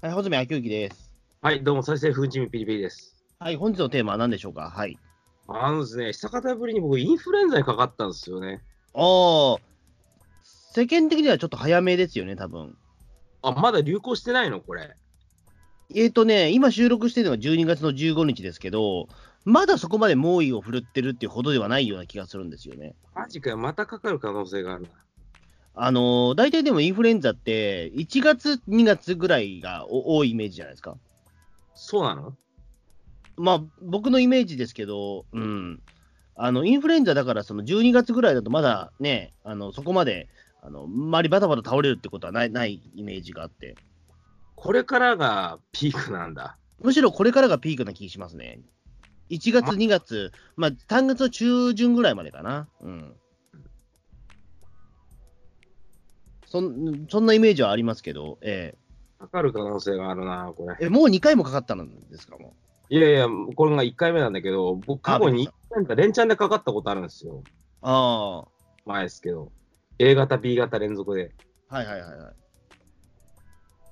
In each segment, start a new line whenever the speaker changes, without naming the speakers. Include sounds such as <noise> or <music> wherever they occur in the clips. はい、ほずみあきゅうきです。
はい、どうも、再生風チームピリピリです。
はい、本日のテーマは何でしょうかはい。
あのですね、久方ぶりに僕、インフルエンザにかかったんですよね。
おー、世間的にはちょっと早めですよね、多分。
あ、まだ流行してないのこれ。
えっ、ー、とね、今収録してるのが12月の15日ですけど、まだそこまで猛威を振るってるっていうほどではないような気がするんですよね。
マジかよ、またかかる可能性があるな。
あのー、大体でもインフルエンザって、1月、2月ぐらいがお多いイメージじゃないですか。
そうなの
まあ、僕のイメージですけど、うん、あのインフルエンザだから、その12月ぐらいだとまだね、あのそこまであの周りバタバタ倒れるってことはないないイメージがあって、
これからがピークなんだ。
むしろこれからがピークな気がしますね。1月、2月、まあ、3月の中旬ぐらいまでかな。うんそんそんなイメージはありますけど、え
かかる可能性があるな、これ。
ええもう2回もかかったんですか、も
いやいや、これが1回目なんだけど、僕、過去に1回か、連チャンでかかったことあるんですよ。
う。あ
前ですけど。A 型、B 型連続で。
あ、はいはいはいはい。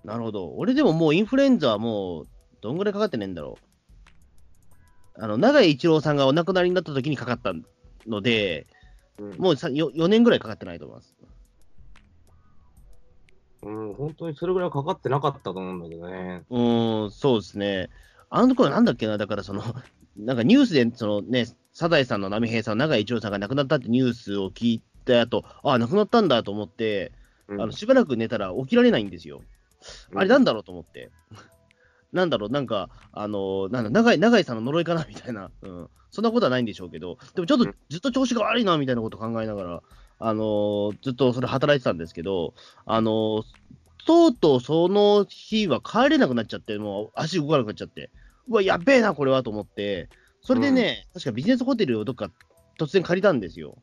なるほど。俺でももうインフルエンザはもう、どんぐらいかかってねえんだろう。あの、長井一郎さんがお亡くなりになった時にかかったので、
うん、
もうさ 4, 4年ぐらいかかってないと思います。
うん、本当にそれぐらいはかかってなかったと思うんだけどね。
うーん、そうですね。あのところなんだっけな、だからその、 <laughs> なんかニュースで、そのね、サザエさんの波平さん、長井一郎さんが亡くなったってニュースを聞いた後、ああ、亡くなったんだと思って、
うん
あのしばらく寝たら起きられないんですよ。あれなんだろうと思って。なんだろう、なんか、あのなんだ長井、長井さんの呪いかなみたいな、うん、そんなことはないんでしょうけど、でもちょっと
うん
ずっと調子が悪いなみたいなことを考えながら、あのずっとそれ働いてたんですけど、あのとうとうその日は帰れなくなっちゃって、もう足動かなくなっちゃって、うわ、やっべえな、これはと思って、それでね、確かビジネスホテルをどっか突然借りたんですよ。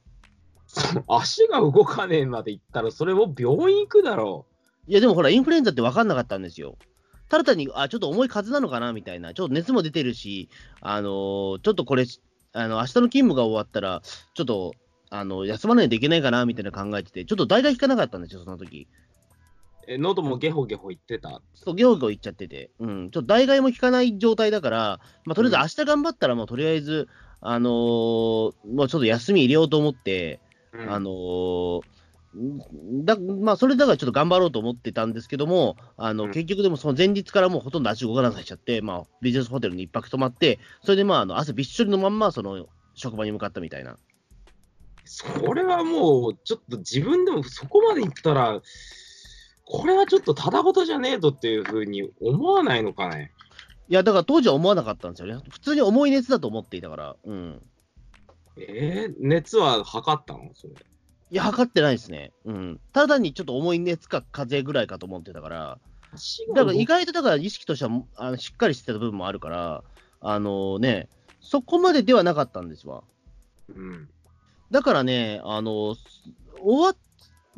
足が動かねえまで行ったら、それを病院行くだろ
いや、でもほら、インフルエンザって分かんなかったんですよ。ただ単に、あ、ちょっと重い風邪なのかなみたいな、ちょっと熱も出てるし、あのーちょっとこれ、あの明日の勤務が終わったら、ちょっと、あの休まないといけないかなみたいな考えてて、ちょっと代が引かなかったんですよ、その時
う。え喉もゲホゲホ言ってた。
そう、ギョギョ言っちゃってて、うん、ちょっと代替も効かない状態だから、まあ、とりあえず明日頑張ったら、もうとりあえず、あのーもうちょっと休み入れようと思って、
うん
あのーんだまあ、それだからちょっと頑張ろうと思ってたんですけども、あの
うん
結局でもその前日からもうほとんど足動かなくなっちゃって、まあ、ビジネスホテルに一泊泊まって、それでまああの汗びっしょりのまんま、その職場に向かったみたいな。
それはもう、ちょっと自分でもそこまで行ったら、これはちょっとただ事じゃねえぞっていうふうに思わないのかね。
いや、だから当時は思わなかったんですよね。普通に重い熱だと思っていたから、うん。
えー、熱は測ったのそれ。
いや、測ってないですね。うん。ただ単にちょっと重い熱か風邪ぐらいかと思ってたから、
足
だか
が
ら
動
意
く
外とだから意識としてはあのしっかりしてた部分もあるから、あのね、そこまでではなかったんですわ。
うん、
だからね、あの、終わっ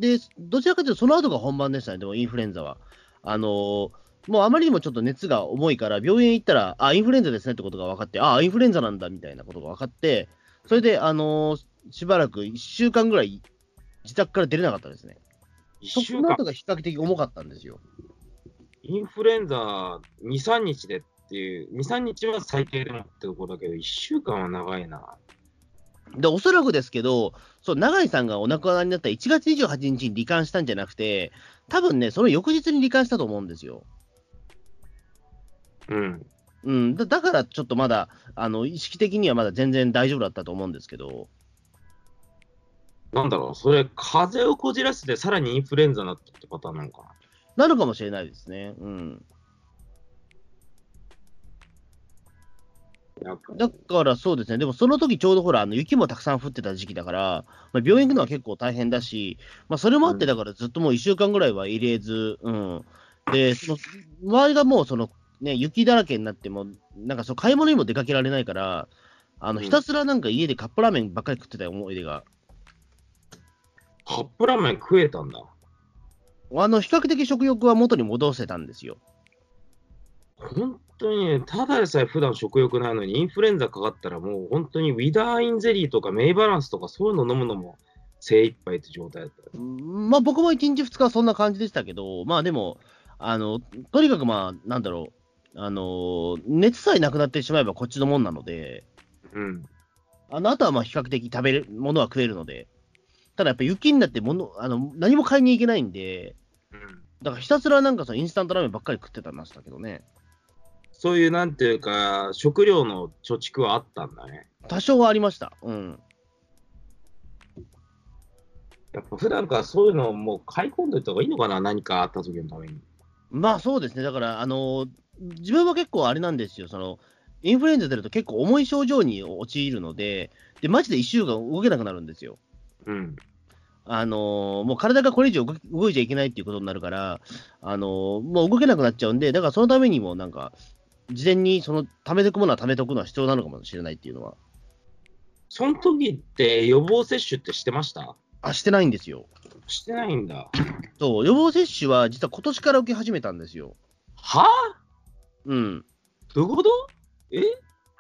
て、どちらかというとその後が本番でしたね、でもインフルエンザは。あの、もうあまりにもちょっと熱が重いから、病院へ行ったら、あ、インフルエンザですねってことが分かって、あ、インフルエンザなんだみたいなことが分かって、それで、あの、しばらく1週間ぐらい自宅から出れなかったですね。
1
そ
週
この
間
後、が比較的重かったんですよ。
インフルエンザ2、3日でっていう、2、3日は最低でもってところだけど、1週間は長いな。
で、おそらくですけど、そう、永井さんがお亡くなりになった1月28日に離婚したんじゃなくて、多分ね、その翌日に離婚したと思うんですよ。
うん、
うん、だだからちょっとまだ、あの意識的にはまだ全然大丈夫だったと思うんですけど、
なんだろう、それ、風邪をこじらせて、さらにインフルエンザになったってパターンなのかな。
なのかもしれないですね。うん、
やっぱ
だからそうですね、でもその時ちょうどほら、あの雪もたくさん降ってた時期だから、まあ、病院行くのは結構大変だし、まあ、それもあって、だからずっともう1週間ぐらいは入れず、うん、で、その周りがもうその、ね、雪だらけになっても、なんかそう買い物にも出かけられないから、あの
うん
ひたすらなんか家でカップラーメンばっかり食ってた思い出が、
カップラーメン食えたんだ。
あの比較的食欲は元に戻せたんですよ。
本当にね、ただでさえ普段食欲ないのに、インフルエンザかかったら、もう本当にウィダーインゼリーとかメイバランスとか、そういうの飲むのも精一杯って状態だったよ。
うんまあ僕も1日2日はそんな感じでしたけど、まあでも、あの、とにかくまあ、なんだろう、あの、熱さえなくなってしまえばこっちのもんなので、
うん。
あの、あとはまあ比較的食べるものは食えるので、ただやっぱ雪になってものあの何も買いに行けないんで、
うん
だからひたすらなんかそのインスタントラーメンばっかり食ってたんだけどね。
そういうなんていうか、食料の貯蓄はあったんだね。
多少はありました。うん。
やっぱ普段からそういうのをもう買い込んでいた方がいいのかな、何かあった時のために。
まあそうですね。だから、あの、自分は結構あれなんですよ。その、インフルエンザ出ると結構重い症状に陥るので、で、マジで1週間動けなくなるんですよ。
うん。
あのーもう体がこれ以上動き動いちゃいけないっていうことになるから、あのーもう動けなくなっちゃうんで、だからそのためにも、なんか、事前にその貯めておくものは貯めておくのは必要なのかもしれないっていうのは、
その時って予防接種ってしてました
あ、してないんですよ。
してないんだ。
そう、予防接種は実は今年から受け始めたんですよ。
はぁ
うん。
どういうことえ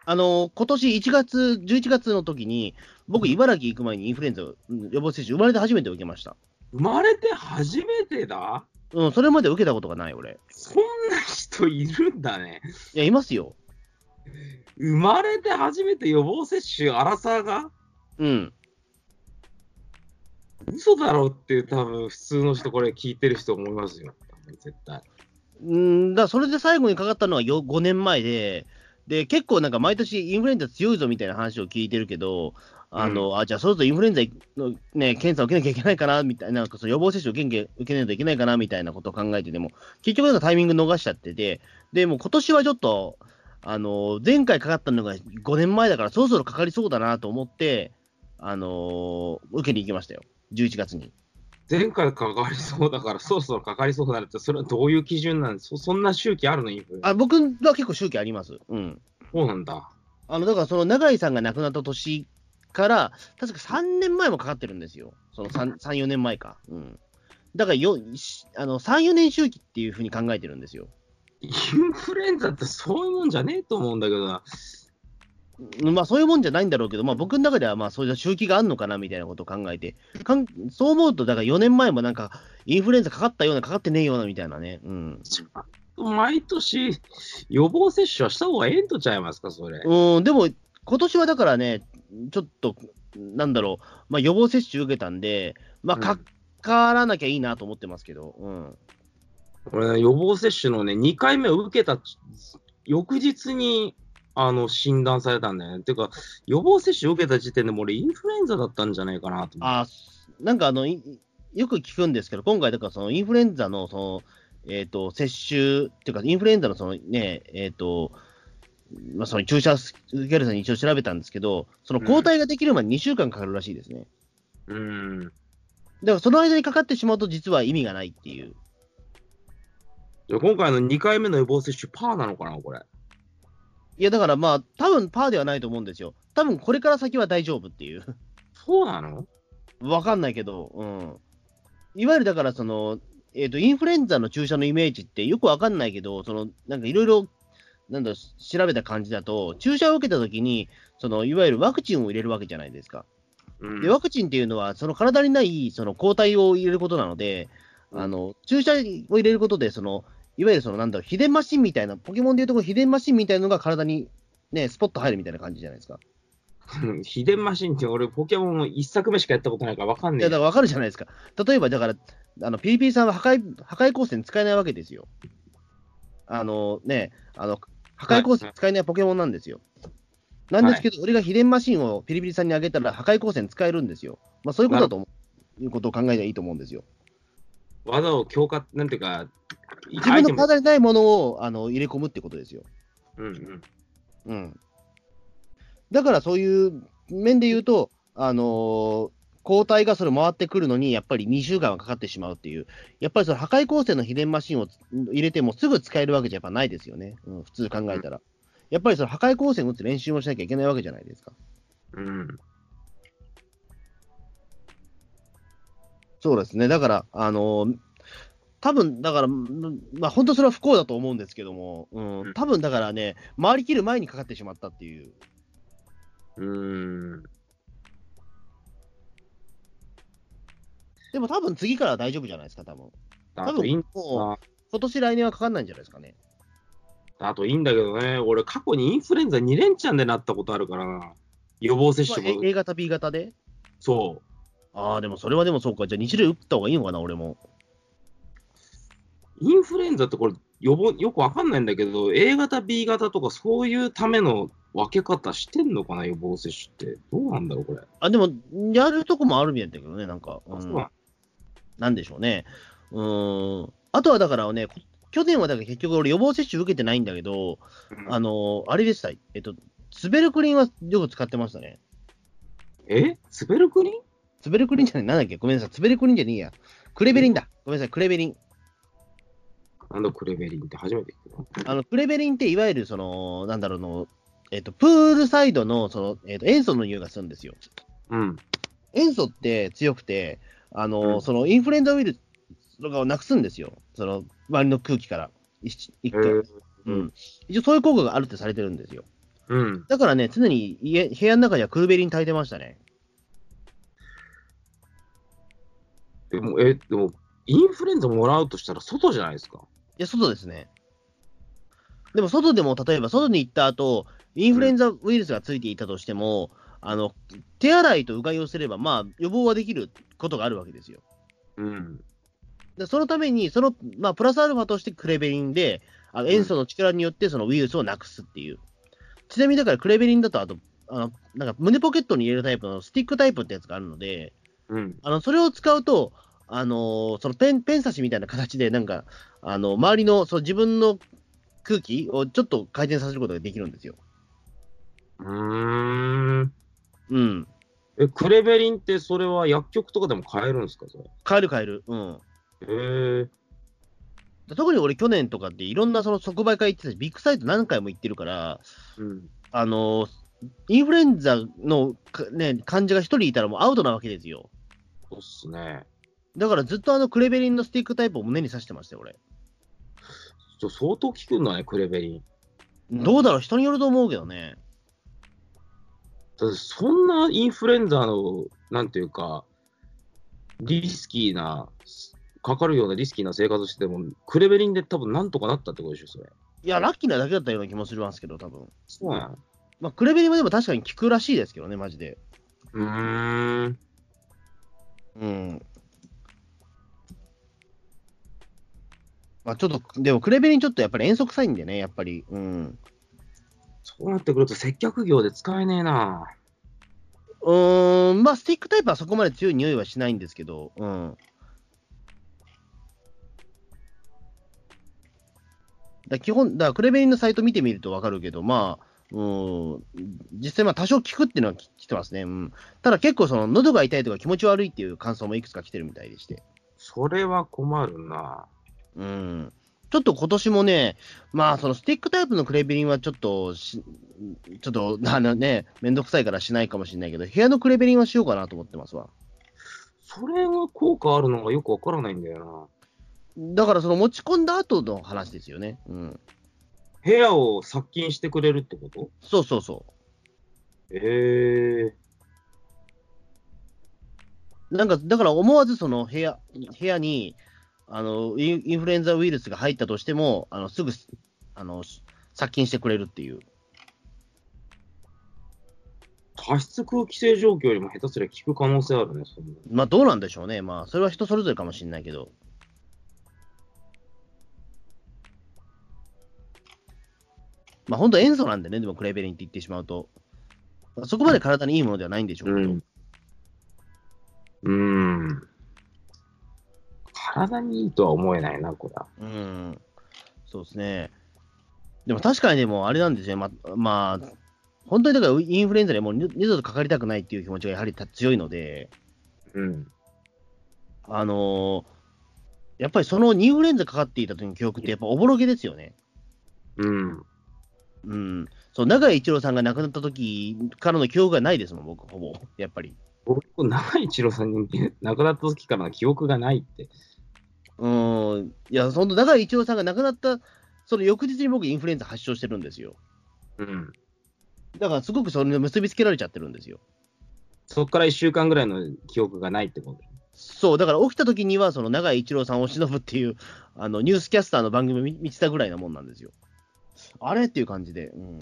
あのー今年1月、11月の時に、僕、茨城行く前にインフルエンザをうん予防接種、生まれて初めて受けました。
生まれて初めてだ
うん、それまで受けたことがない、俺。
そんな人いるんだね。
いや、いますよ。
生まれて初めて予防接種、アラサーが
うん。
嘘だろっていう多分普通の人これ聞いてる人思いますよ。絶対。
うんだからそれで最後にかかったのはよ5年前で、で結構なんか毎年インフルエンザ強いぞみたいな話を聞いてるけど、あのあじゃあ、そろそろインフルエンザの、ね、検査を受けなきゃいけないかなみたいな、なんかその予防接種を受け受けないといけないかなみたいなことを考えてても、結局、なんかタイミング逃しちゃってて、でもう今年はちょっと、あの前回かかったのが5年前だから、そろそろかかりそうだなと思って、あの受けに行きましたよ、11月に。
前回かかりそうだから、そろそろかかりそうだなって、それはどういう基準なんですそそんな周期あるのインフルエンザ
あ僕は結構、周期あります。うん
そうなんだ。
あのだからその永井さんが亡くなった年から、確か3年前もかかってるんですよ、その3、3
<laughs>
4年前か。うん、だからよしあの3、4年周期っていうふうに考えてるんですよ。
インフルエンザってそういうもんじゃねえと思うんだけどな。
うんまあ、そういうもんじゃないんだろうけど、まあ、僕の中ではまあそういう周期があるのかなみたいなことを考えて、かんそう思うと、だから4年前もなんか、インフルエンザかかったような、かかってねえようなみたいなね。うん、
毎年予防接種はした方がええんとちゃいますか、それ。
うんでも、今年はだからね、ちょっと、なんだろう、まあ、予防接種受けたんで、まあ、
うん
かからなきゃいいなと思ってますけど。うん
俺ね、予防接種のね、2回目を受けた翌日にあの診断されたんだよね。てか、予防接種を受けた時点でもう俺、インフルエンザだったんじゃないかなと思って。
あなんかあのいよく聞くんですけど、今回、だからそのインフルエンザのその、えー、と接種っていうか、インフルエンザのその、ねえーとまあ、その注射す受けるのに一応調べたんですけど、その抗体ができるまで2週間かかるらしいですね。
うん。
だからその間にかかってしまうと、実は意味がないっていう。
じゃあ今回の2回目の予防接種、パーなのかな、これ。
いや、だからまあ、多分パーではないと思うんですよ。多分これから先は大丈夫っていう。
そうなの
わかんないけど、うん。いわゆるだから、その、えっ、と、インフルエンザの注射のイメージってよくわかんないけど、その、なんかいろいろ、なんだろう、調べた感じだと、注射を受けたときに、その、いわゆるワクチンを入れるわけじゃないですか。
うん
で、ワクチンっていうのは、その体にない、その抗体を入れることなので、あの、注射を入れることで、その、いわゆるその、なんだろう、秘伝マシンみたいな、ポケモンでいうところ秘伝マシンみたいなのが体に、ね、スポッと入るみたいな感じじゃないですか。
うん <laughs> 秘伝マシンって俺、ポケモン1作目しかやったことないから分かん
い
ね
や、
え
だから分かるじゃないですか。例えば、だから、あの PP さんは破壊破壊光線使えないわけですよ。あのね、あの破壊光線使えないポケモンなんですよ。なんですけど、俺が秘伝マシンをピリピリさんにあげたら破壊光線使えるんですよ。まあ、そういうことだと思う。いうことを考えたらいいと思うんですよ。
技を強化、なんていうか、
自分
アイテ
の
ム
体にないものをあの入れ込むってことですよ。
うんうん、
うん。だからそういう面で言うと、あのー抗体がそれ回ってくるのに、やっぱり2週間はかかってしまうっていう、やっぱりその破壊光線の秘伝マシンを入れてもすぐ使えるわけじゃやっぱないですよね、うん、普通考えたら。やっぱりその破壊光線を打つ練習もしなきゃいけないわけじゃないですか。
うん。
そうですね、だから、あのー多分だから、うんまあ、本当それは不幸だと思うんですけども、う
うん
ん、多分だからね、回りきる前にかかってしまったっていう、
うん。
でも多分次からは大丈夫じゃないですか、多分
あ
多
とイン
分もう今年来年はかかんないんじゃないですかね。
あといいんだけどね、俺、過去にインフルエンザ2連チャンでなったことあるからな。予防接
まあ
種も、
A, A 型、B 型で。
そ
ああ、でもそれはでもそうか。じゃあ2種類打った方がいいのかな、俺も。
う。インフルエンザってこれ、予防、よくわかんないんだけど、A 型、B 型とかそういうための分け方してんのかな、予防接種って。どうなんだろう、これ。
あ、でも、やるとこもあるみたいだけどね、なんか。う
あそうんなん
なんでしょうね。うーん。あとはだからね、こ去年はだから結局俺予防接種受けてないんだけど、
うん
あのーあれでした。えっと、ツベルクリンはよく使ってましたね。
えスベルクリン
ツベルクリンじゃない、なんだっけごめんなさい。ツベルクリンじゃねえや。クレベリンだ。ごめんなさい、クレベリン。
なんだクレベリンって初めて聞いた。
あの、クレベリンっていわゆるその、なんだろうの、えっと、プールサイドの、その、えっと、塩素の匂いがするんですよ。
うん。
塩素って強くて、あの、
うん
そのインフルエンザウイルスとかをなくすんですよ。その周りの空気から。一一
え
回
ー
うん、一応そういう効果があるってされてるんですよ。
うん。
だからね、常に家部屋の中にはクルベリン炊いてましたね。
でも、え、でも、インフルエンザもらうとしたら外じゃないですか。
いや、外ですね。でも外でも、例えば外に行った後、インフルエンザウイルスがついていたとしても、あの手洗いとうがいをすれば、まあ、予防はできることがあるわけですよ。
うん。
でそのために、その、まあ、プラスアルファとしてクレベリンで、あの塩素の力によってそのウイルスをなくすっていう。ちなみにだからクレベリンだと、あと、あのなんか胸ポケットに入れるタイプのスティックタイプってやつがあるので、
うん。
あのそれを使うと、あのーそのペンペン差しみたいな形で、なんか、あの周りのその自分の空気をちょっと回転させることができるんですよ。
うーん。
うん。
え、クレベリンってそれは薬局とかでも買えるんですかそれ。
変える変える。うん。
へえ。
特に俺、去年とかっていろんなその即売会行ってたし、ビッグサイト何回も行ってるから、
うん。
あのインフルエンザのか、ね、患者が1人いたらもうアウトなわけですよ。
そうっすね。
だからずっとあのクレベリンのスティックタイプを胸に刺してましたよ、俺。
ちょ相当効くんだね、クレベリン。
どうだろう、人によると思うけどね。
だってそんなインフルエンザの、なんていうか、リスキーな、かかるようなリスキーな生活してても、クレベリンで多分なんとかなったってことでしょ、それ。
いや、ラッキーなだけだったような気もするんですけど、多分
そうなん
まあクレベリンはでも確かに効くらしいですけどね、マジで。
うーん。
うん。まあちょっと、でもクレベリンちょっとやっぱり遠足臭いんでね、やっぱり。うん。
そうなってくると接客業で使えねえな。
うーん、まあ、スティックタイプはそこまで強い匂いはしないんですけど、うん。だ基本、だからクレベリンのサイト見てみると分かるけど、まあ、うん、実際、まあ、多少効くっていうのはき来てますね。うん。ただ結構、その、喉が痛いとか気持ち悪いっていう感想もいくつか来てるみたいでして。
それは困るな。
うん。ちょっと今年もね、まあ、そのスティックタイプのクレベリンはちょっとし、ちょっと、あのね、めんどくさいからしないかもしれないけど、部屋のクレベリンはしようかなと思ってますわ。
それが効果あるのがよくわからないんだよ
だからその持ち込んだ後の話ですよね。うん。
な。部屋を殺菌してくれるってこと
そうそうそ
ええ
う。なんか、だから思わずその部屋、部屋に、あの、インインフルエンザウイルスが入ったとしても、あの、すぐ、あの、殺菌してくれるっていう。
加湿空気清浄機よりも下手すりゃ効く可能性あるね、そんなの
まあ、どうなんでしょうね。まあ、それは人それぞれかもしれないけど。まあ、ほんと塩素なんでね、でもクレベリンって言ってしまうと。まあそこまで体にいいものではないんでしょうけど。
うん。うん。体にいいとは思えないな、これは。
うん、そうですね。でも確かにでもあれなんですね、ままあ、本当にだからインフルエンザにもう二二度とかかりたくないっていう気持ちがやはり強いので、
うん。
あのーやっぱりそのインフルエンザかかっていた時の記憶ってやっぱおぼろげですよね。
うん。
うん。そう、永井一郎さんが亡くなった時からの記憶がないですもん、僕、ほぼ。やっぱり。
僕、長井一郎さんに <laughs> 亡くなった時からの記憶がないって。
うん。いや、その永井一郎さんが亡くなった、その翌日に僕インフルエンザ発症してるんですよ。
うん。
だからすごくそれに結びつけられちゃってるんですよ。
そっから1週間ぐらいの記憶がないってこと。
そう、だから起きた時には、その永井一郎さんを忍ぶっていう、あのニュースキャスターの番組見見てたぐらいなもんなんですよ。あれっていう感じで、うん、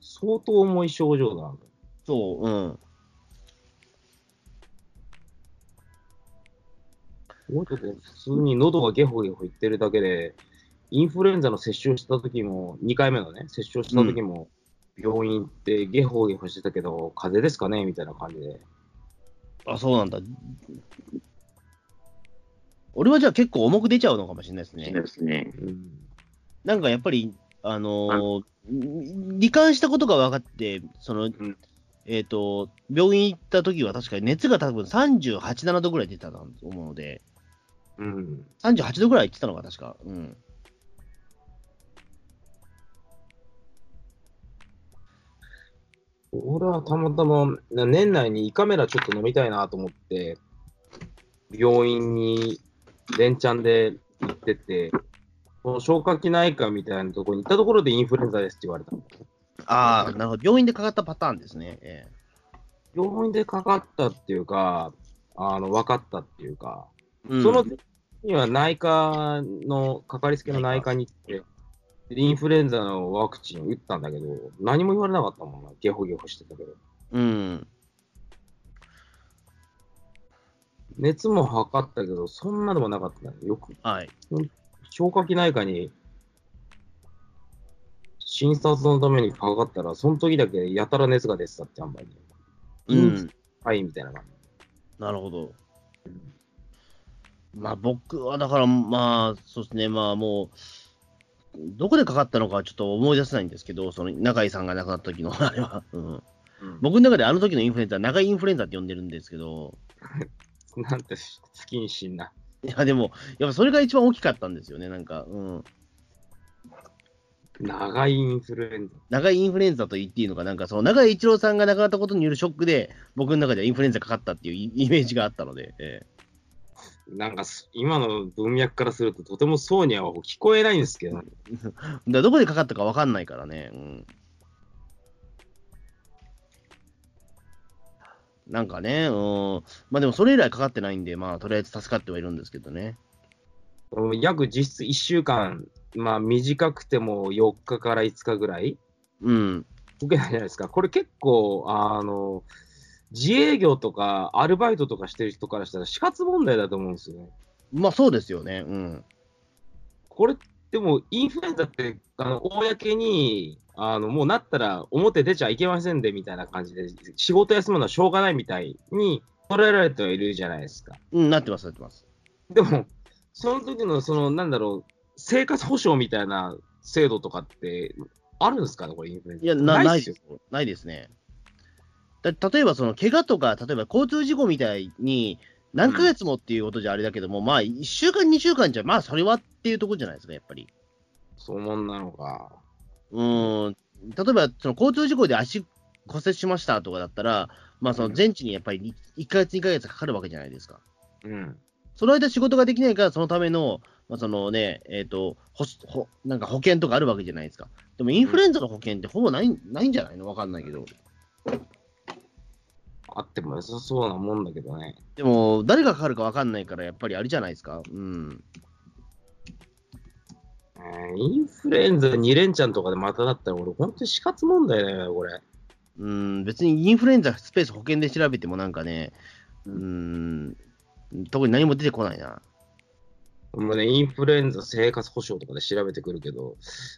相当重い症状だな。
そう、うん。
もうちょっと普通に喉がゲホゲホいってるだけで、インフルエンザの接種をした時も、2回目のね、接種をした時も、病院行ってゲホゲホしてたけど、風邪ですかねみたいな感じで。
あ、そうなんだ。俺はじゃあ結構重く出ちゃうのかもしれないですね。
ですね。
うん
なんかやっぱり、あのー罹患したことが分かって、その、
ん
えっ、と、病院行った時は確かに熱が多分38、7度ぐらい出たと思うので、
うん。
38度ぐらい行ってたのが確か。うん。
俺はたまたま、な年内に胃カメラちょっと飲みたいなと思って、病院に連チャンで行ってて、この消化器内科みたいなところに行ったところでインフルエンザですって言われたの。
ああ、なるほど。病院でかかったパターンですね。え
病院でかかったっていうか、あの、分かったっていうか、
えうん
その時には内科の、かかりつけの内科に行って、インフルエンザのワクチン打ったんだけど、何も言われなかったもんな、ゲホゲホしてたけど。
うん。
熱も測ったけど、そんなでもなかったね。よく、
はい。
消化器内科に、診察のためにかかったら、その時だけやたら熱が出てたってあんまり。
う
うん
ん。
はい、みたいな感じ。
なるほど。まあ僕はだからまあそうですねまあもうどこでかかったのかはちょっと思い出せないんですけどその中井さんが亡くなった時の <laughs> あれは、うん、僕の中であの時のインフルエンザ中井インフルエンザって呼んでるんですけど
なんて、スキンシンな。
いやでもやっぱそれが一番大きかったんですよねなんか、うん、
長いインフルエンザ。
中井インフルエンザと言っていいのかなんかその中井一郎さんが亡くなったことによるショックで僕の中ではインフルエンザかかったっていうイイメージがあったので、ええ
なんかす、今の文脈からすると、とてもそうには聞こえないんですけど、
だからどこでかかったかわかんないからね、うん。なんかね、うん、まあでもそれ以来かかってないんで、まあとりあえず助かってはいるんですけどね。
約実質1週間、まあ短くても4日から5日ぐらい
うん、
受けたじゃないですか。これ結構、あの、自営業とかアルバイトとかしてる人からしたら死活問題だと思うんですよね。
まあそうですよね、うん。
これ、でもインフルエンザって、あの、公に、あの、もうなったら表出ちゃいけませんで、みたいな感じで、仕事休むのはしょうがないみたいに捉えられてはいるじゃないですか。
うん、なってます、なってます。
でも、その時の、その、なんだろう、生活保障みたいな制度とかって、あるんですかね、これ、インフルエンザ。
いや、なない
っす
で
よ
す。ないですね。だ例えば、その怪我とか、例えば交通事故みたいに、何ヶ月もっていうことじゃあれだけども、まあ1週間、2週間じゃ、まあそれはっていうところじゃないですか、やっぱり。
そう思んなのか。
うーん例えばその交通事故で足骨折しましたとかだったら、まあ、その全治にやっぱり1ヶ月、2ヶ月かかるわけじゃないですか。
うん。
その間仕事ができないから、そのための、まあ、そのね、えっ、と、ほしほ、なんか保険とかあるわけじゃないですか。でもインフルエンザの保険ってほぼない,、ないんじゃないのわかんないけど。
あっても良さそうなもんだけどね。
でも、誰がかかるかわかんないから、やっぱりあれじゃないですか。うん。
えーインフルエンザ2連チャンとかでまただったら、俺、本当に死活問題だよ、これ。
うん、別にインフルエンザスペース保険で調べてもなんかね、うん、特に何も出てこないな。
もうね、インフルエンザ生活保障とかで調べてくるけど、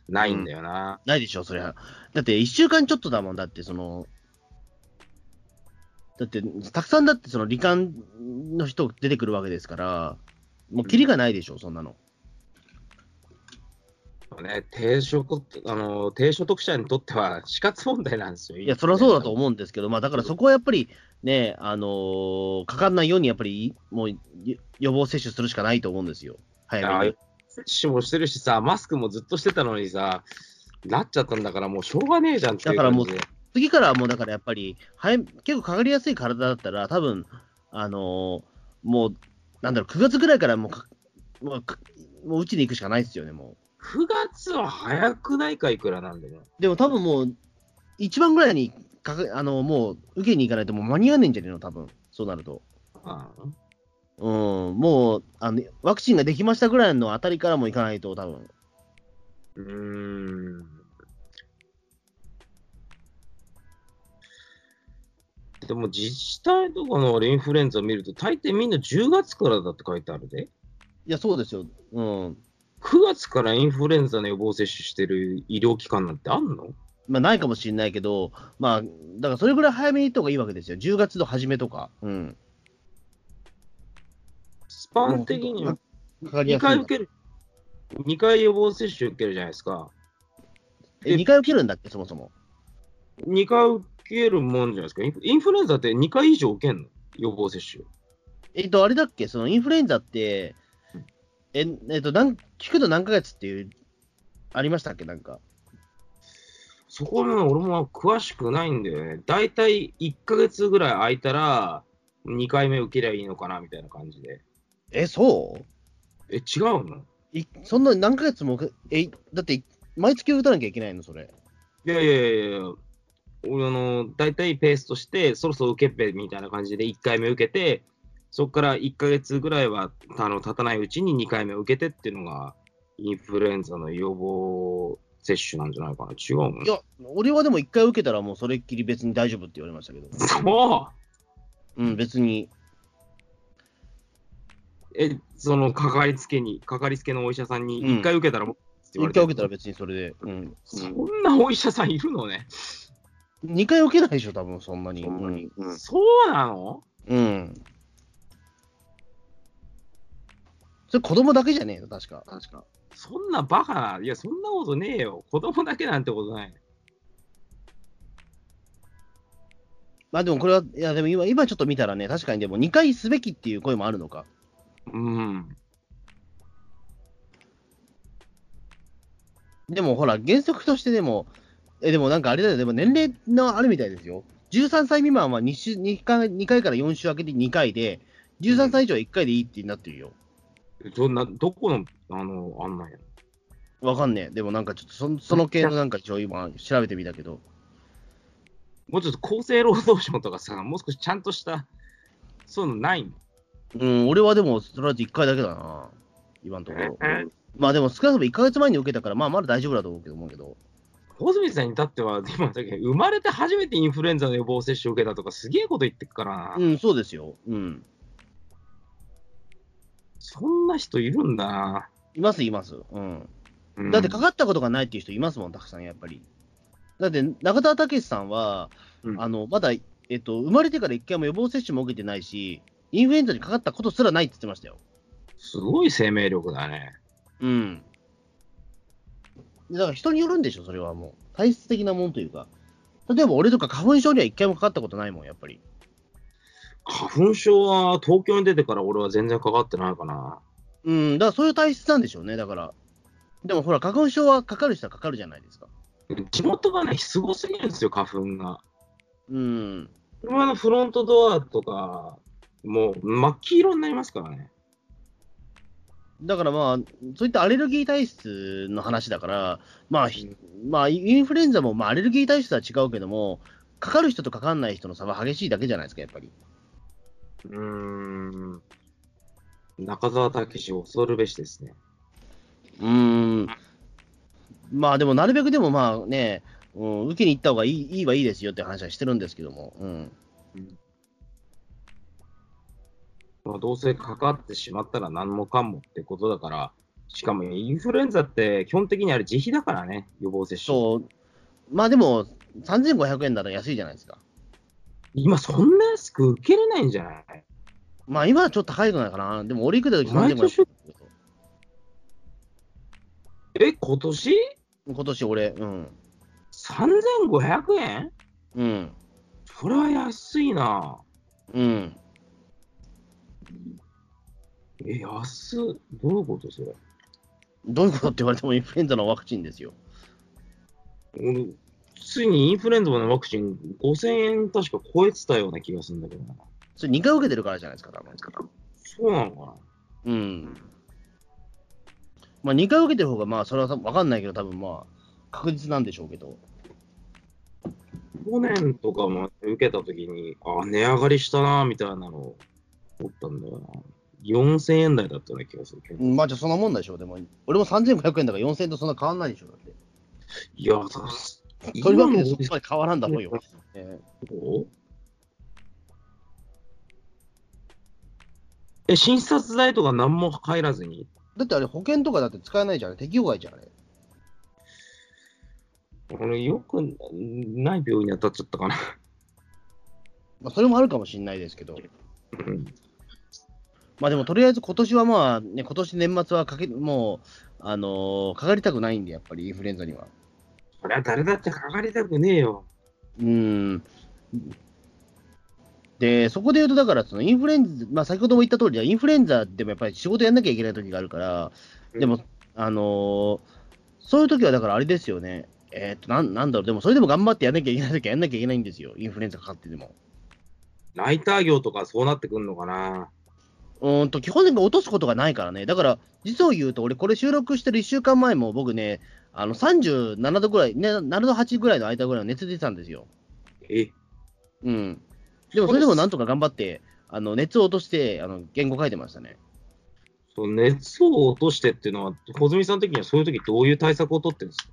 ないんだよな。
ないでしょ、そりゃ。だって、1週間ちょっとだもん、だって、その、だって、たくさんだって、その、罹患の人出てくるわけですから、もう、キリがないでしょ、そんなの。
ね低所得あの低所得者にとっては死活問題なんですよ。
いや、そりゃそうだと
思
思うんですけど、まあ、だからそこはやっぱり、ね、あのーかかんないように、やっぱり、もう、ゆ予防接種するしかないと思うんですよ。早め
あ
に。
接種もしてるしさ、マスクもずっとしてたのにさ、なっちゃったんだから、もうしょうがねえじゃんっていう
だからも
感
う
じで。
次からはもう、だからやっぱり、早め結構かかりやすい体だったら、多分あのーもう、なんだろう、9月ぐらいからもうか、もうか、もう、うちに行くしかないですよね、もう。
9月は早くないか、いくらなんでも。
でも多分もう、一番ぐらいにかかあの、もう受けに行かないともう間に合わねえんじゃねえの、多分そうなると。
ああ
うん、もうあの、ワクチンができましたぐらいのあたりからも行かないと、多分
うーん。でも自治体とかのインフルエンザ見ると、大抵みんな10月からだって書いてあるで。
いや、そうですよ。うん。
9月からインフルエンザの予防接種してる医療機関なんてあんの
まあ、ないかもしれないけど、まあ、だからそれぐらい早めに行った方がいいわけですよ。10月の初めとか。うん。
スパン的には
かかり
2
やすい
回
んだ
受。ける、2回予防接種受けるじゃないですか。
え、2回受けるんだっけ、そもそも。
2回受けるもんじゃないですか。インフインフルエンザって2回以上受けんの予防接種。
えっと、あれだっけ、そのインフルエンザって
うん、
え、えっと、なん聞くと何ヶ月っていう、ありましたっけ、なんか。
そこもね俺も詳しくないんだよね。だいたい1ヶ月ぐらい空いたら、2回目受けりゃいいのかなみたいな感じで。
え、そう
え、違うの
いそんな何ヶ月もか、え、だって、毎月打たなきゃいけないの、それ。
いやいやいやいや。俺あの、だいたいペースとして、そろそろ受けっぺみたいな感じで1回目受けて、そこから1ヶ月ぐらいはあの経たないうちに2回目受けてっていうのが、インフルエンザの予防接種なんじゃないかな。違うの
いや、俺はでも1回受けたら、もうそれっきり別に大丈夫って言われましたけど。
そう
うん、別に。
え、その、かかりつけに、かかりつけのお医者さんに、
うん
1回受けたらもう、って言わ
1
れて
回受けたら別にそれで。うん。
そんなお医者さんいるのね。
2回受けないでしょ、多分そんなに。
そんなに
うん
そうなの
うん。それ子供だけじゃねえの、確か。確か。
そんなバカな。いや、そんなことねえよ。子供だけなんてことない。
まあでもこれは、いやでも今、今ちょっと見たらね、確かにでも2回すべきっていう声もあるのか。
うん。
でもほら、原則としてでも、えでもなんかあれだよ、でも年齢のあるみたいですよ。13歳未満は 2, 週2回 ,2 回から4週明けて2回で、13歳以上は1回でいいってなってるよ。
どんな、どこの、あの、あんなんや。
わかんねえ。でもなんかちょっとそその系のなんか一応今調べてみたけど。
もうちょっと厚生労働省とかさ、もう少しちゃんとした、そういうのないの
うん、俺はでも、とりあえず1回だけだな、今のところ。まあでも、少なくとも1ヶ月前に受けたから、まあまだ大丈夫だと思うけど、思うけど。
ホズミさんに至っては、今だけ生まれて初めてインフルエンザの予防接種を受けたとか、すげえこと言ってっからな。
うん、そうですよ。うん。
そんな人いるんだな。
います、います。うん。
うん
だって、かかったことがないっていう人いますもん、たくさん、やっぱり。だって、中田武さんは、
うん
あの、まだ、えっと、生まれてから1回も予防接種も受けてないし、インフルエンザにかかったことすらないって言ってましたよ。
すごい生命力だね。
うん。だから人によるんでしょ、それはもう。体質的なもんというか。例えば俺とか花粉症には1回もかかったことないもん、やっぱり。
花粉症は東京に出てから俺は全然かかってないかな。
うん、だからそういう体質なんでしょうね、だから。でもほら、花粉症はかかる人はかかるじゃないですか。
地元がね、すごすぎるんですよ、花粉が。
うん。
車のフロントドアとか、もう真っ黄色になりますからね。
だからまあ、そういったアレルギー体質の話だから、まあ、ひまあ、インフルエンザも、まあ、アレルギー体質は違うけども、かかる人とかかんない人の差は激しいだけじゃないですか、やっぱり。
うーん。中澤武史恐るべしですね。
うん。まあでも、なるべくでもまあね、うん、受けに行った方がいいいいはいいですよって話はしてるんですけども。うん。
まあ、どうせかかってしまったら何もかもってことだから、しかもインフルエンザって基本的にあれ自費だからね、予防接種。
そう。まあでも、3500円なら安いじゃないですか。
今そんな安く受けれないんじゃない
まあ今はちょっと高いくないかな。でも俺行くとき
毎年
3500
え、今年
今年俺、うん。
3500円
うん。
それは安いな。
うん。
え、安っ。どういうことそれ。
どういうことって言われてもインフルエンザのワクチンですよ。
俺、ついにインフルエンザのワクチン5000円確か超えてたような気がするんだけどな。
それ2回受けてるからじゃないですか、多分。
そうなのかな
うん。まあ2回受けてる方が、まあそれは多分わかんないけど、多分まあ確実なんでしょうけど。
去年とかも受けたときに、あ、値上がりしたな、みたいなのを思ったんだよな。4000円台だったような気がするけど。
うんまあじゃあそんなもんだでしょ、でも。俺も3500円だから4000円とそんな変わんないでしょ、だって。
いや、さ
とりわけ
今
で
の
そこまで変わらんだろうよ。え
え、診察代とか何も入らずに
ーだってあれ保険とかだって使えないじゃん、適用外じゃん、あれ。
俺、よくない病院に当たっちゃったかな。
まあ、それもあるかもしれないですけど。
うん
まあでもとりあえず今年はまあ、ね、今年年末はかけ、もう、あのーかかりたくないんで、やっぱりインフルエンザには。
それは誰だってかかりたくねえよ。
うーん。で、そこで言うと、だから、そのインフルエンザ、まあ、先ほども言った通りで、インフルエンザでもやっぱり仕事やんなきゃいけない時があるから、でも、あのーそういう時はだからあれですよね、えーっとなん、なんだろう、でもそれでも頑張ってやんなきゃいけない時はやんなきゃいけないんですよ、インフルエンザかかってでも。
ライター業とかそうなってくんのかな。
うーんと基本的に落とすことがないからね、だから実を言うと、俺、これ収録してる1週間前も、僕ね、あの37度ぐらい、ね、7度8ぐらいの間ぐらいの熱出てたんですよ。
え、
うん。でも、それでもなんとか頑張って、あの熱を落として、あの言語書いてましたね。
そう熱を落としてっていうのは、穂積さん的にはそういう時どういう対策を取ってるんですか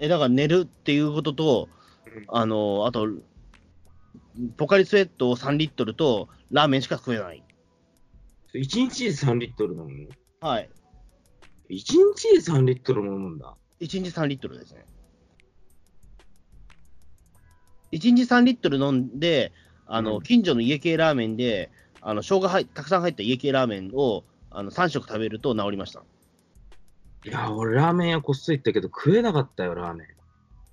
えだから寝るっていうことと
うん、
あのあと、ポカリスエットを3リットルと、ラーメンしか食えない。
?1 日で3リットル飲むの ?1
はい。
日で3リットルも飲むんだ。
1日3リットルですね。1日3リットル飲んで、あの、
うん
近所の家系ラーメンで、あの生姜入ったくさん入った家系ラーメンをあの3食食べると治りました。
いや、俺ラーメン屋こっそり行ったけど食えなかったよ、ラーメン。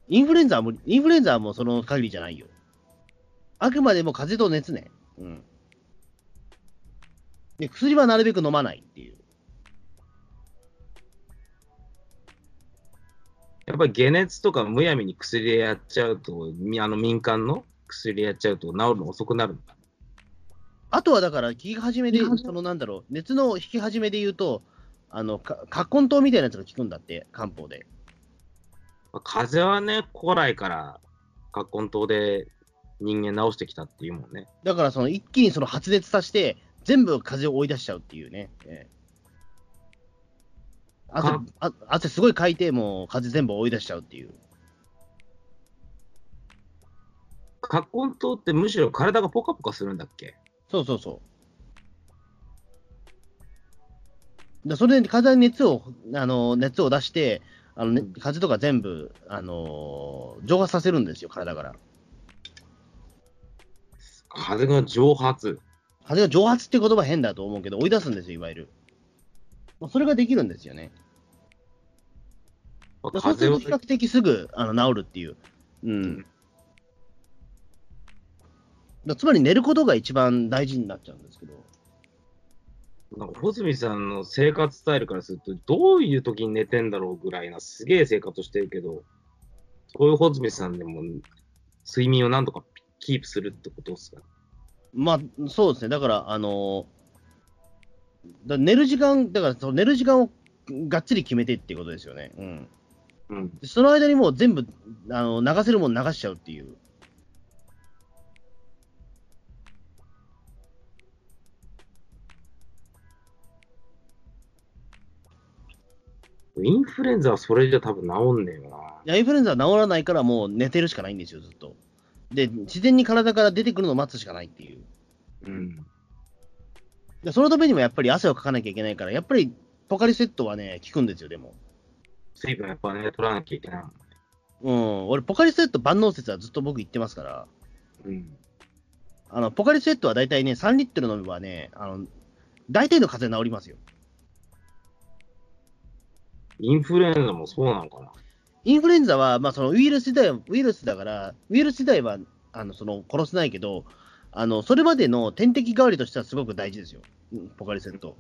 インフルエンザは無理、インフルエンザはもうその限りじゃないよ。あくまでも風邪と熱ね。うん。で、薬はなるべく飲まないっていう。
やっぱり解熱とかむやみに薬でやっちゃうと、みあの民間の薬でやっちゃうと治るの遅くなるんだ。
あとはだから、聞き始めで、
聞き始め
そのなんだろう、熱の引き始めで言うと、あの、か葛根湯みたいなやつが効くんだって、漢方で。
まあ風邪はね、古来から葛根湯で人間治してきたっていうもんね。
だからその一気にその発熱させて、全部風邪を追い出しちゃうっていうね。ええ汗
か
あ汗すごいかいて、もう風邪全部追い出しちゃうっていう。
葛根湯ってむしろ体がポカポカするんだっけ
そうそうそう。だそれで体に熱をあの熱を出して、あのね
うん
風邪とか全部、あのー浄化させるんですよ、体から。
風邪が蒸発。
風邪が蒸発っていう言葉変だと思うけど、追い出すんですよ、いわゆる。まあ、それができるんですよね。
ま
そ
あ
うす
風
ると
邪
比較
を
的すぐあの治るっていう。うん。だつまり寝ることが一番大事になっちゃうんですけど。
なんか、穂積さんの生活スタイルからすると、どういう時に寝てんだろうぐらいな、すげえ生活してるけど、そういう穂積さんでも、睡眠をなんとかキープするってことですか
まあ、そうですね。だから、あのだ寝る時間、だからその寝る時間をがっつり決めてっていうことですよね。うん。
うん。
でその間にもう全部あの流せるもの流しちゃうっていう。
インフルエンザはそれじゃ多分治んねえよな。
インフルエンザは治らないからもう寝てるしかないんですよ、ずっと。で、自然に体から出てくるのを待つしかないっていう。
うん。
でそのためにもやっぱり汗をかかなきゃいけないから、やっぱりポカリセットはね、効くんですよ、でも。
水分やっぱね、取らなきゃいけない。
うん、俺、ポカリセット万能説はずっと僕言ってますから、
うん。
あのポカリセットは大体ね、3リットル飲めばね、あの大体の風邪治りますよ。
インフルエンザもそうなのかな。
インフルエンザは、まあ、そのウイルス自体ウイルスだから、ウイルス自体はあのその殺せないけどあの、それまでの点滴代わりとしてはすごく大事ですよ、うんポカリセット。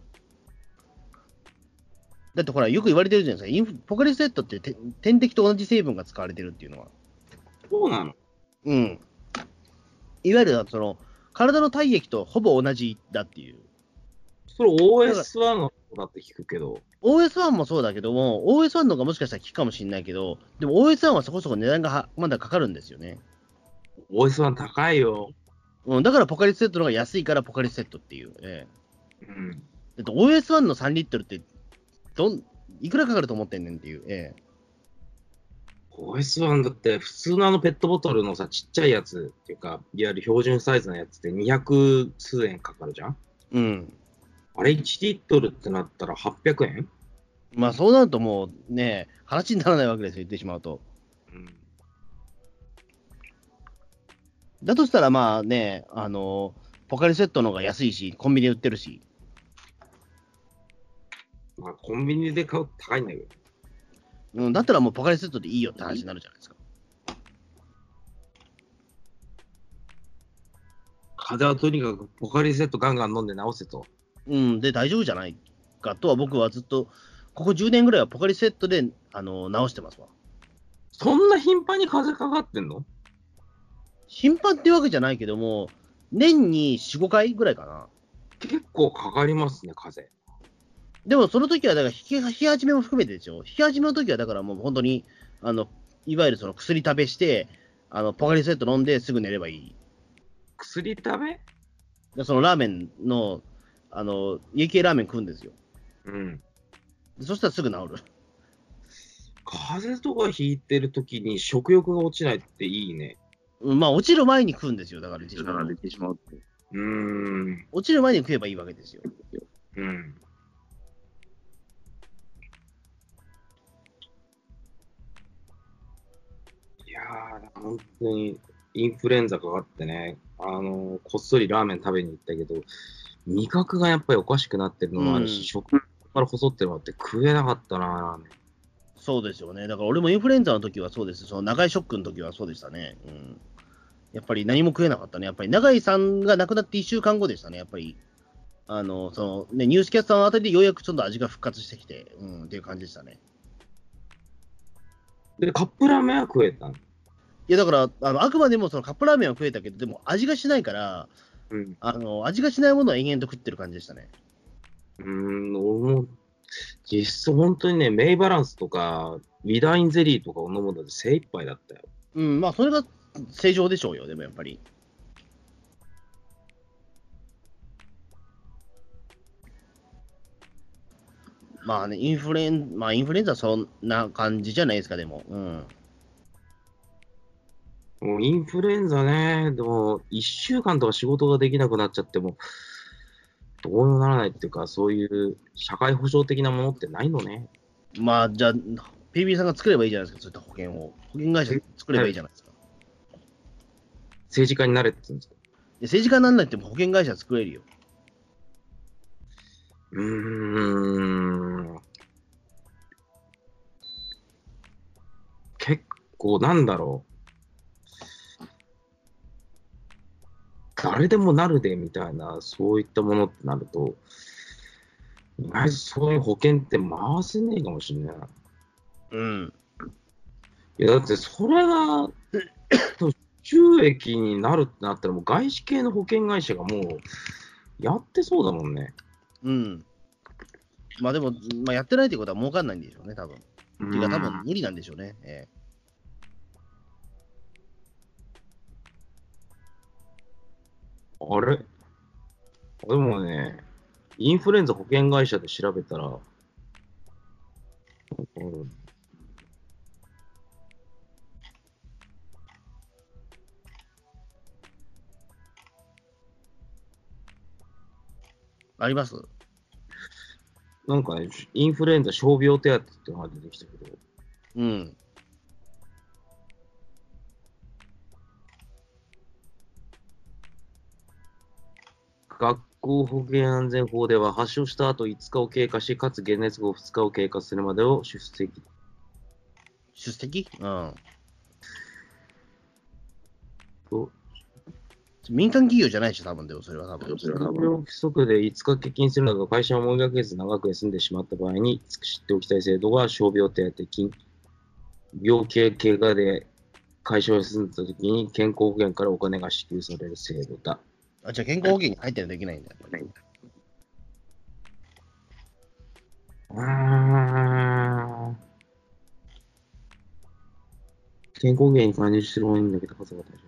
だってほら、よく言われてるじゃないですか、インフポカリセットってて点滴と同じ成分が使われてるっていうのは。
そうなの
うん。いわゆる、その、体の体液とほぼ同じだっていう。
それ OS1 の方だって聞くけど、
OS1 もそうだけども、OS1 の方がもしかしたら効くかもしれないけど、でも OS1 はそこそこ値段がはまだかかるんですよね。
OS1 高いよ。
うん、だからポカリスセットの方が安いからポカリスセットっていう、え
うん。
え、だって OS1 の3リットルってどん、いくらかかると思ってんねんっていう、え
OS1 だって、普通のあのペットボトルのさ、ちっちゃいやつっていうか、いわゆる標準サイズのやつって200数円かかるじゃん
え、うん、
あれ1リットルってなったら800円
まあそうなるともうね、話にならないわけですよ、言ってしまうと。
うん。
だとしたら、まあね、あのポカリセットの方が安いし、コンビニで売ってるし、
まあ、コンビニで買うと高いんだけど。
うん、だったらもうポカリセットでいいよって話になるじゃないですか。
風邪はとにかくポカリセットガンガン飲んで治せと。
うん、で、大丈夫じゃないかとは、僕はずっと、ここ10年ぐらいはポカリセットであの直してますわ。
そんな頻繁に風邪かかってんの
頻繁ってわけじゃないけども、年に4、5回ぐらいかな。
結構かかりますね、風邪。
でもその時は、だから引き、引き始めも含めてでしょ。引き始めの時は、だからもう本当に、あの、いわゆるその薬食べして、あの、ポカリセット飲んですぐ寝ればいい。
薬食べ
でそのラーメンの、あの、家系ラーメン食うんですよ。
うん。
でそしたらすぐ治る。
風邪とかひいてる時に食欲が落ちないっていいね。
うんまあ、落ちる前に食うんですよ。だから、一番
てしまうって。
うーん。
落ちる前に食えばいいわけですよ。
うん。いやー、本当にインフルエンザかかってね、あのーこっそりラーメン食べに行ったけど、味覚がやっぱりおかしくなってるのもあるし、
うん
食から細ってるのもあって食えなかったな、ラーメン。
そうですよね。だから俺もインフルエンザの時はそうです。その長井ショックの時はそうでしたね。うん。やっぱり何も食えなかったね。やっぱり長井さんが亡くなって1週間後でしたね。やっぱり、あの、その、ね、ニュースキャスターのあたりでようやくちょっと味が復活してきて、うん、っていう感じでしたね。
で、カップラーメンは食えたの。
いや、だから、あの、あくまでもそのカップラーメンは食えたけど、でも味がしないから、
うん。
あの、味がしないものは延々と食ってる感じでしたね。
うーん、俺も、実質本当にね、メイバランスとか、ウィダーインゼリーとかを飲むので精一杯だったよ。
うん、まあ、それが正常でしょうよ、でもやっぱり。まあね、インフルエン、まあ、インフルエンザはそんな感じじゃないですか、でも。うん。
もうインフルエンザね、でも、1週間とか仕事ができなくなっちゃっても、どうにもならないっていうか、そういう社会保障的なものってないのね。
まあ、じゃあ、PB さんが作ればいいじゃないですか、そういった保険を。保険会社作ればいいじゃないですか。
政治家になれって言うんですよ。
で政治家にならなくても保険会社作れるよ。
うーん。結構、なんだろう。誰でもなるで、みたいな、そういったものってなると、意外とそういう保険って回せねえかもしれない。
うん。
いや、だってそれが、でも収益になるってなったら、もう外資系の保険会社がもう、やってそうだもんね。
うん。まあでも、まあ、やってないということは儲かんないんでしょうね、多分。っていうか、多分無理なんでしょうね。ええ
あれでもね、インフルエンザ保険会社で調べたら、うん
あります
なんかね、インフルエンザ傷病手当っていうのが出てきたけど、
うん。
学校保健安全法では発症した後5日を経過し、かつ解熱後2日を経過するまでを出席
出席うん。
と
民間企業じゃないでしょ、多分でもそれは多分。
業務規則で5日欠勤するなど、会社を思いがけず長く休んでしまった場合に、知っておきたい制度が傷病手当金、病気経過で会社を休んだ時に健康保険からお金が支給される制度だ。
あ、じゃあ健康保険に入ってないといけないんだ。やっぱり
健康保険に加入してる方がいいんだけど、数が大丈夫です。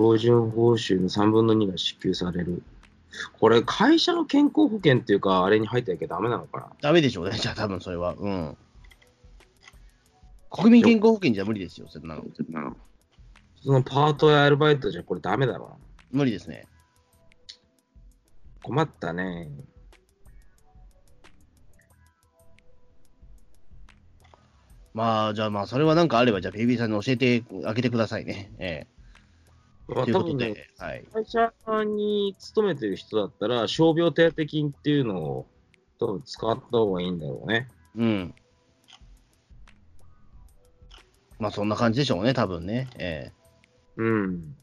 標準報酬の3分の2が支給される。これ、会社の健康保険っていうか、あれに入ってなきゃダメなのかな
ダメでしょうね、じゃあ、多分それは。うん。国民健康保険じゃ無理ですよ、そんなの。
そのパートやアルバイトじゃこれダメだろうな。
無理ですね。
困ったね。
まあ、じゃあ、まあ、それはなんかあれば、じゃあ、ペイビーさんに教えてあげてくださいね。え
多
え。というこ
分
とで、
ね、
はい。
会社に勤めてる人だったら、傷病手当金っていうのを多分使った方がいいんだろうね。
うん。まあ、そんな感じでしょうね、多分ね。ええ
うん。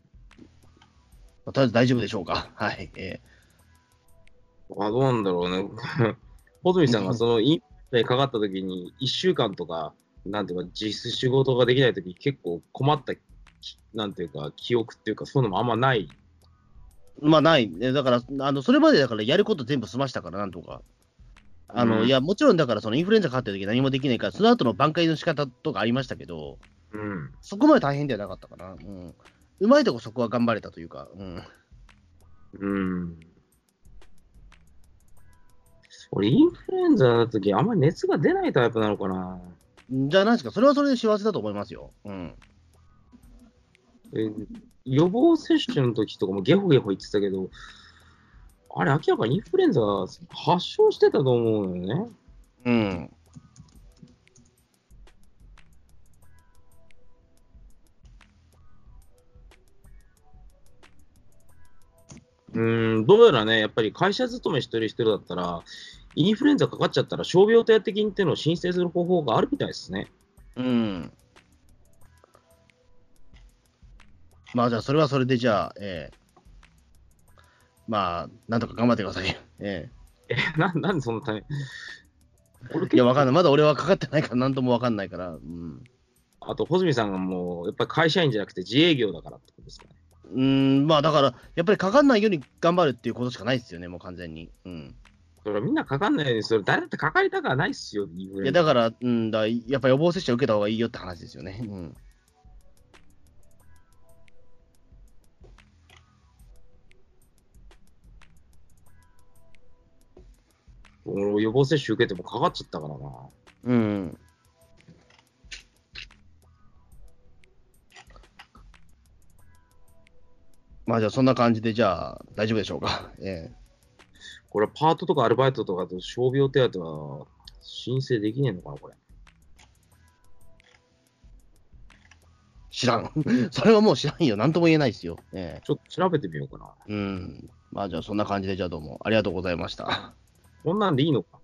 まあとりあえず大丈夫でしょうか。はい。ええ
あどうなんだろうね。 <laughs> 穂積さんがそのインフルエンザにかかった時に、1週間とか、なんていうか、実質仕事ができない時結構困ったき、なんていうか、記憶っていうか、そういうのもあんまない。
まあ、ない。えだから、あのそれまでだから、やること全部済ましたから、なんとか。あの、
うん
いや、もちろんだから、そのインフルエンザかかった時何もできないから、その後の挽回の仕方とかありましたけど、
うん。
そこまで大変ではなかったかな。うん。うまいとこそこは頑張れたというか、うん。
うん。俺、インフルエンザだった時あんまり熱が出ないタイプなのかな。
じゃあ、なんですか、それはそれで幸せだと思いますよ。うん。
え予防接種の時とかもゲホゲホ言ってたけど、あれ、明らかにインフルエンザ発症してたと思うのよね。
うん。
うん、どうやらね、やっぱり会社勤めしてる人だったら、インフルエンザかかっちゃったら、傷病手当金っていうのを申請する方法があるみたいですね。 <laughs>
うん。まあ、じゃあ、それはそれで、じゃあ、ええまあ、なんとか頑張ってください。え
え、ななんでそんなタイミング
えいや、わかんない。まだ俺はかかってないから、なんともわかんないから。うん。
あと、穂積さんがもう、やっぱり会社員じゃなくて自営業だからってことですかね。
うん、まあ、だから、やっぱりかかんないように頑張るっていうことしかないですよね、もう完全に。うん。
それはみんなかかんないように、それ誰だってかかりたくはないっすよ、インフ
い
ルエ
や
ンザ。
だから、うんだ、やっぱ予防接種は受けた方がいいよって話ですよね。うん。
俺予防接種受けてもかかっちゃったからな。
うん。まあじゃあ、そんな感じで、じゃあ、大丈夫でしょうか。 <laughs> え
これ、パートとかアルバイトとかと傷病手当は申請できねえのかな、これ。
え知らん。 <laughs> それはもう知らんよ。なんとも言えないですよ。え
ちょっと調べてみようかな。
えうん。まあじゃあ、そんな感じで、じゃあどうもありがとうございました。
こんなんでいいのか。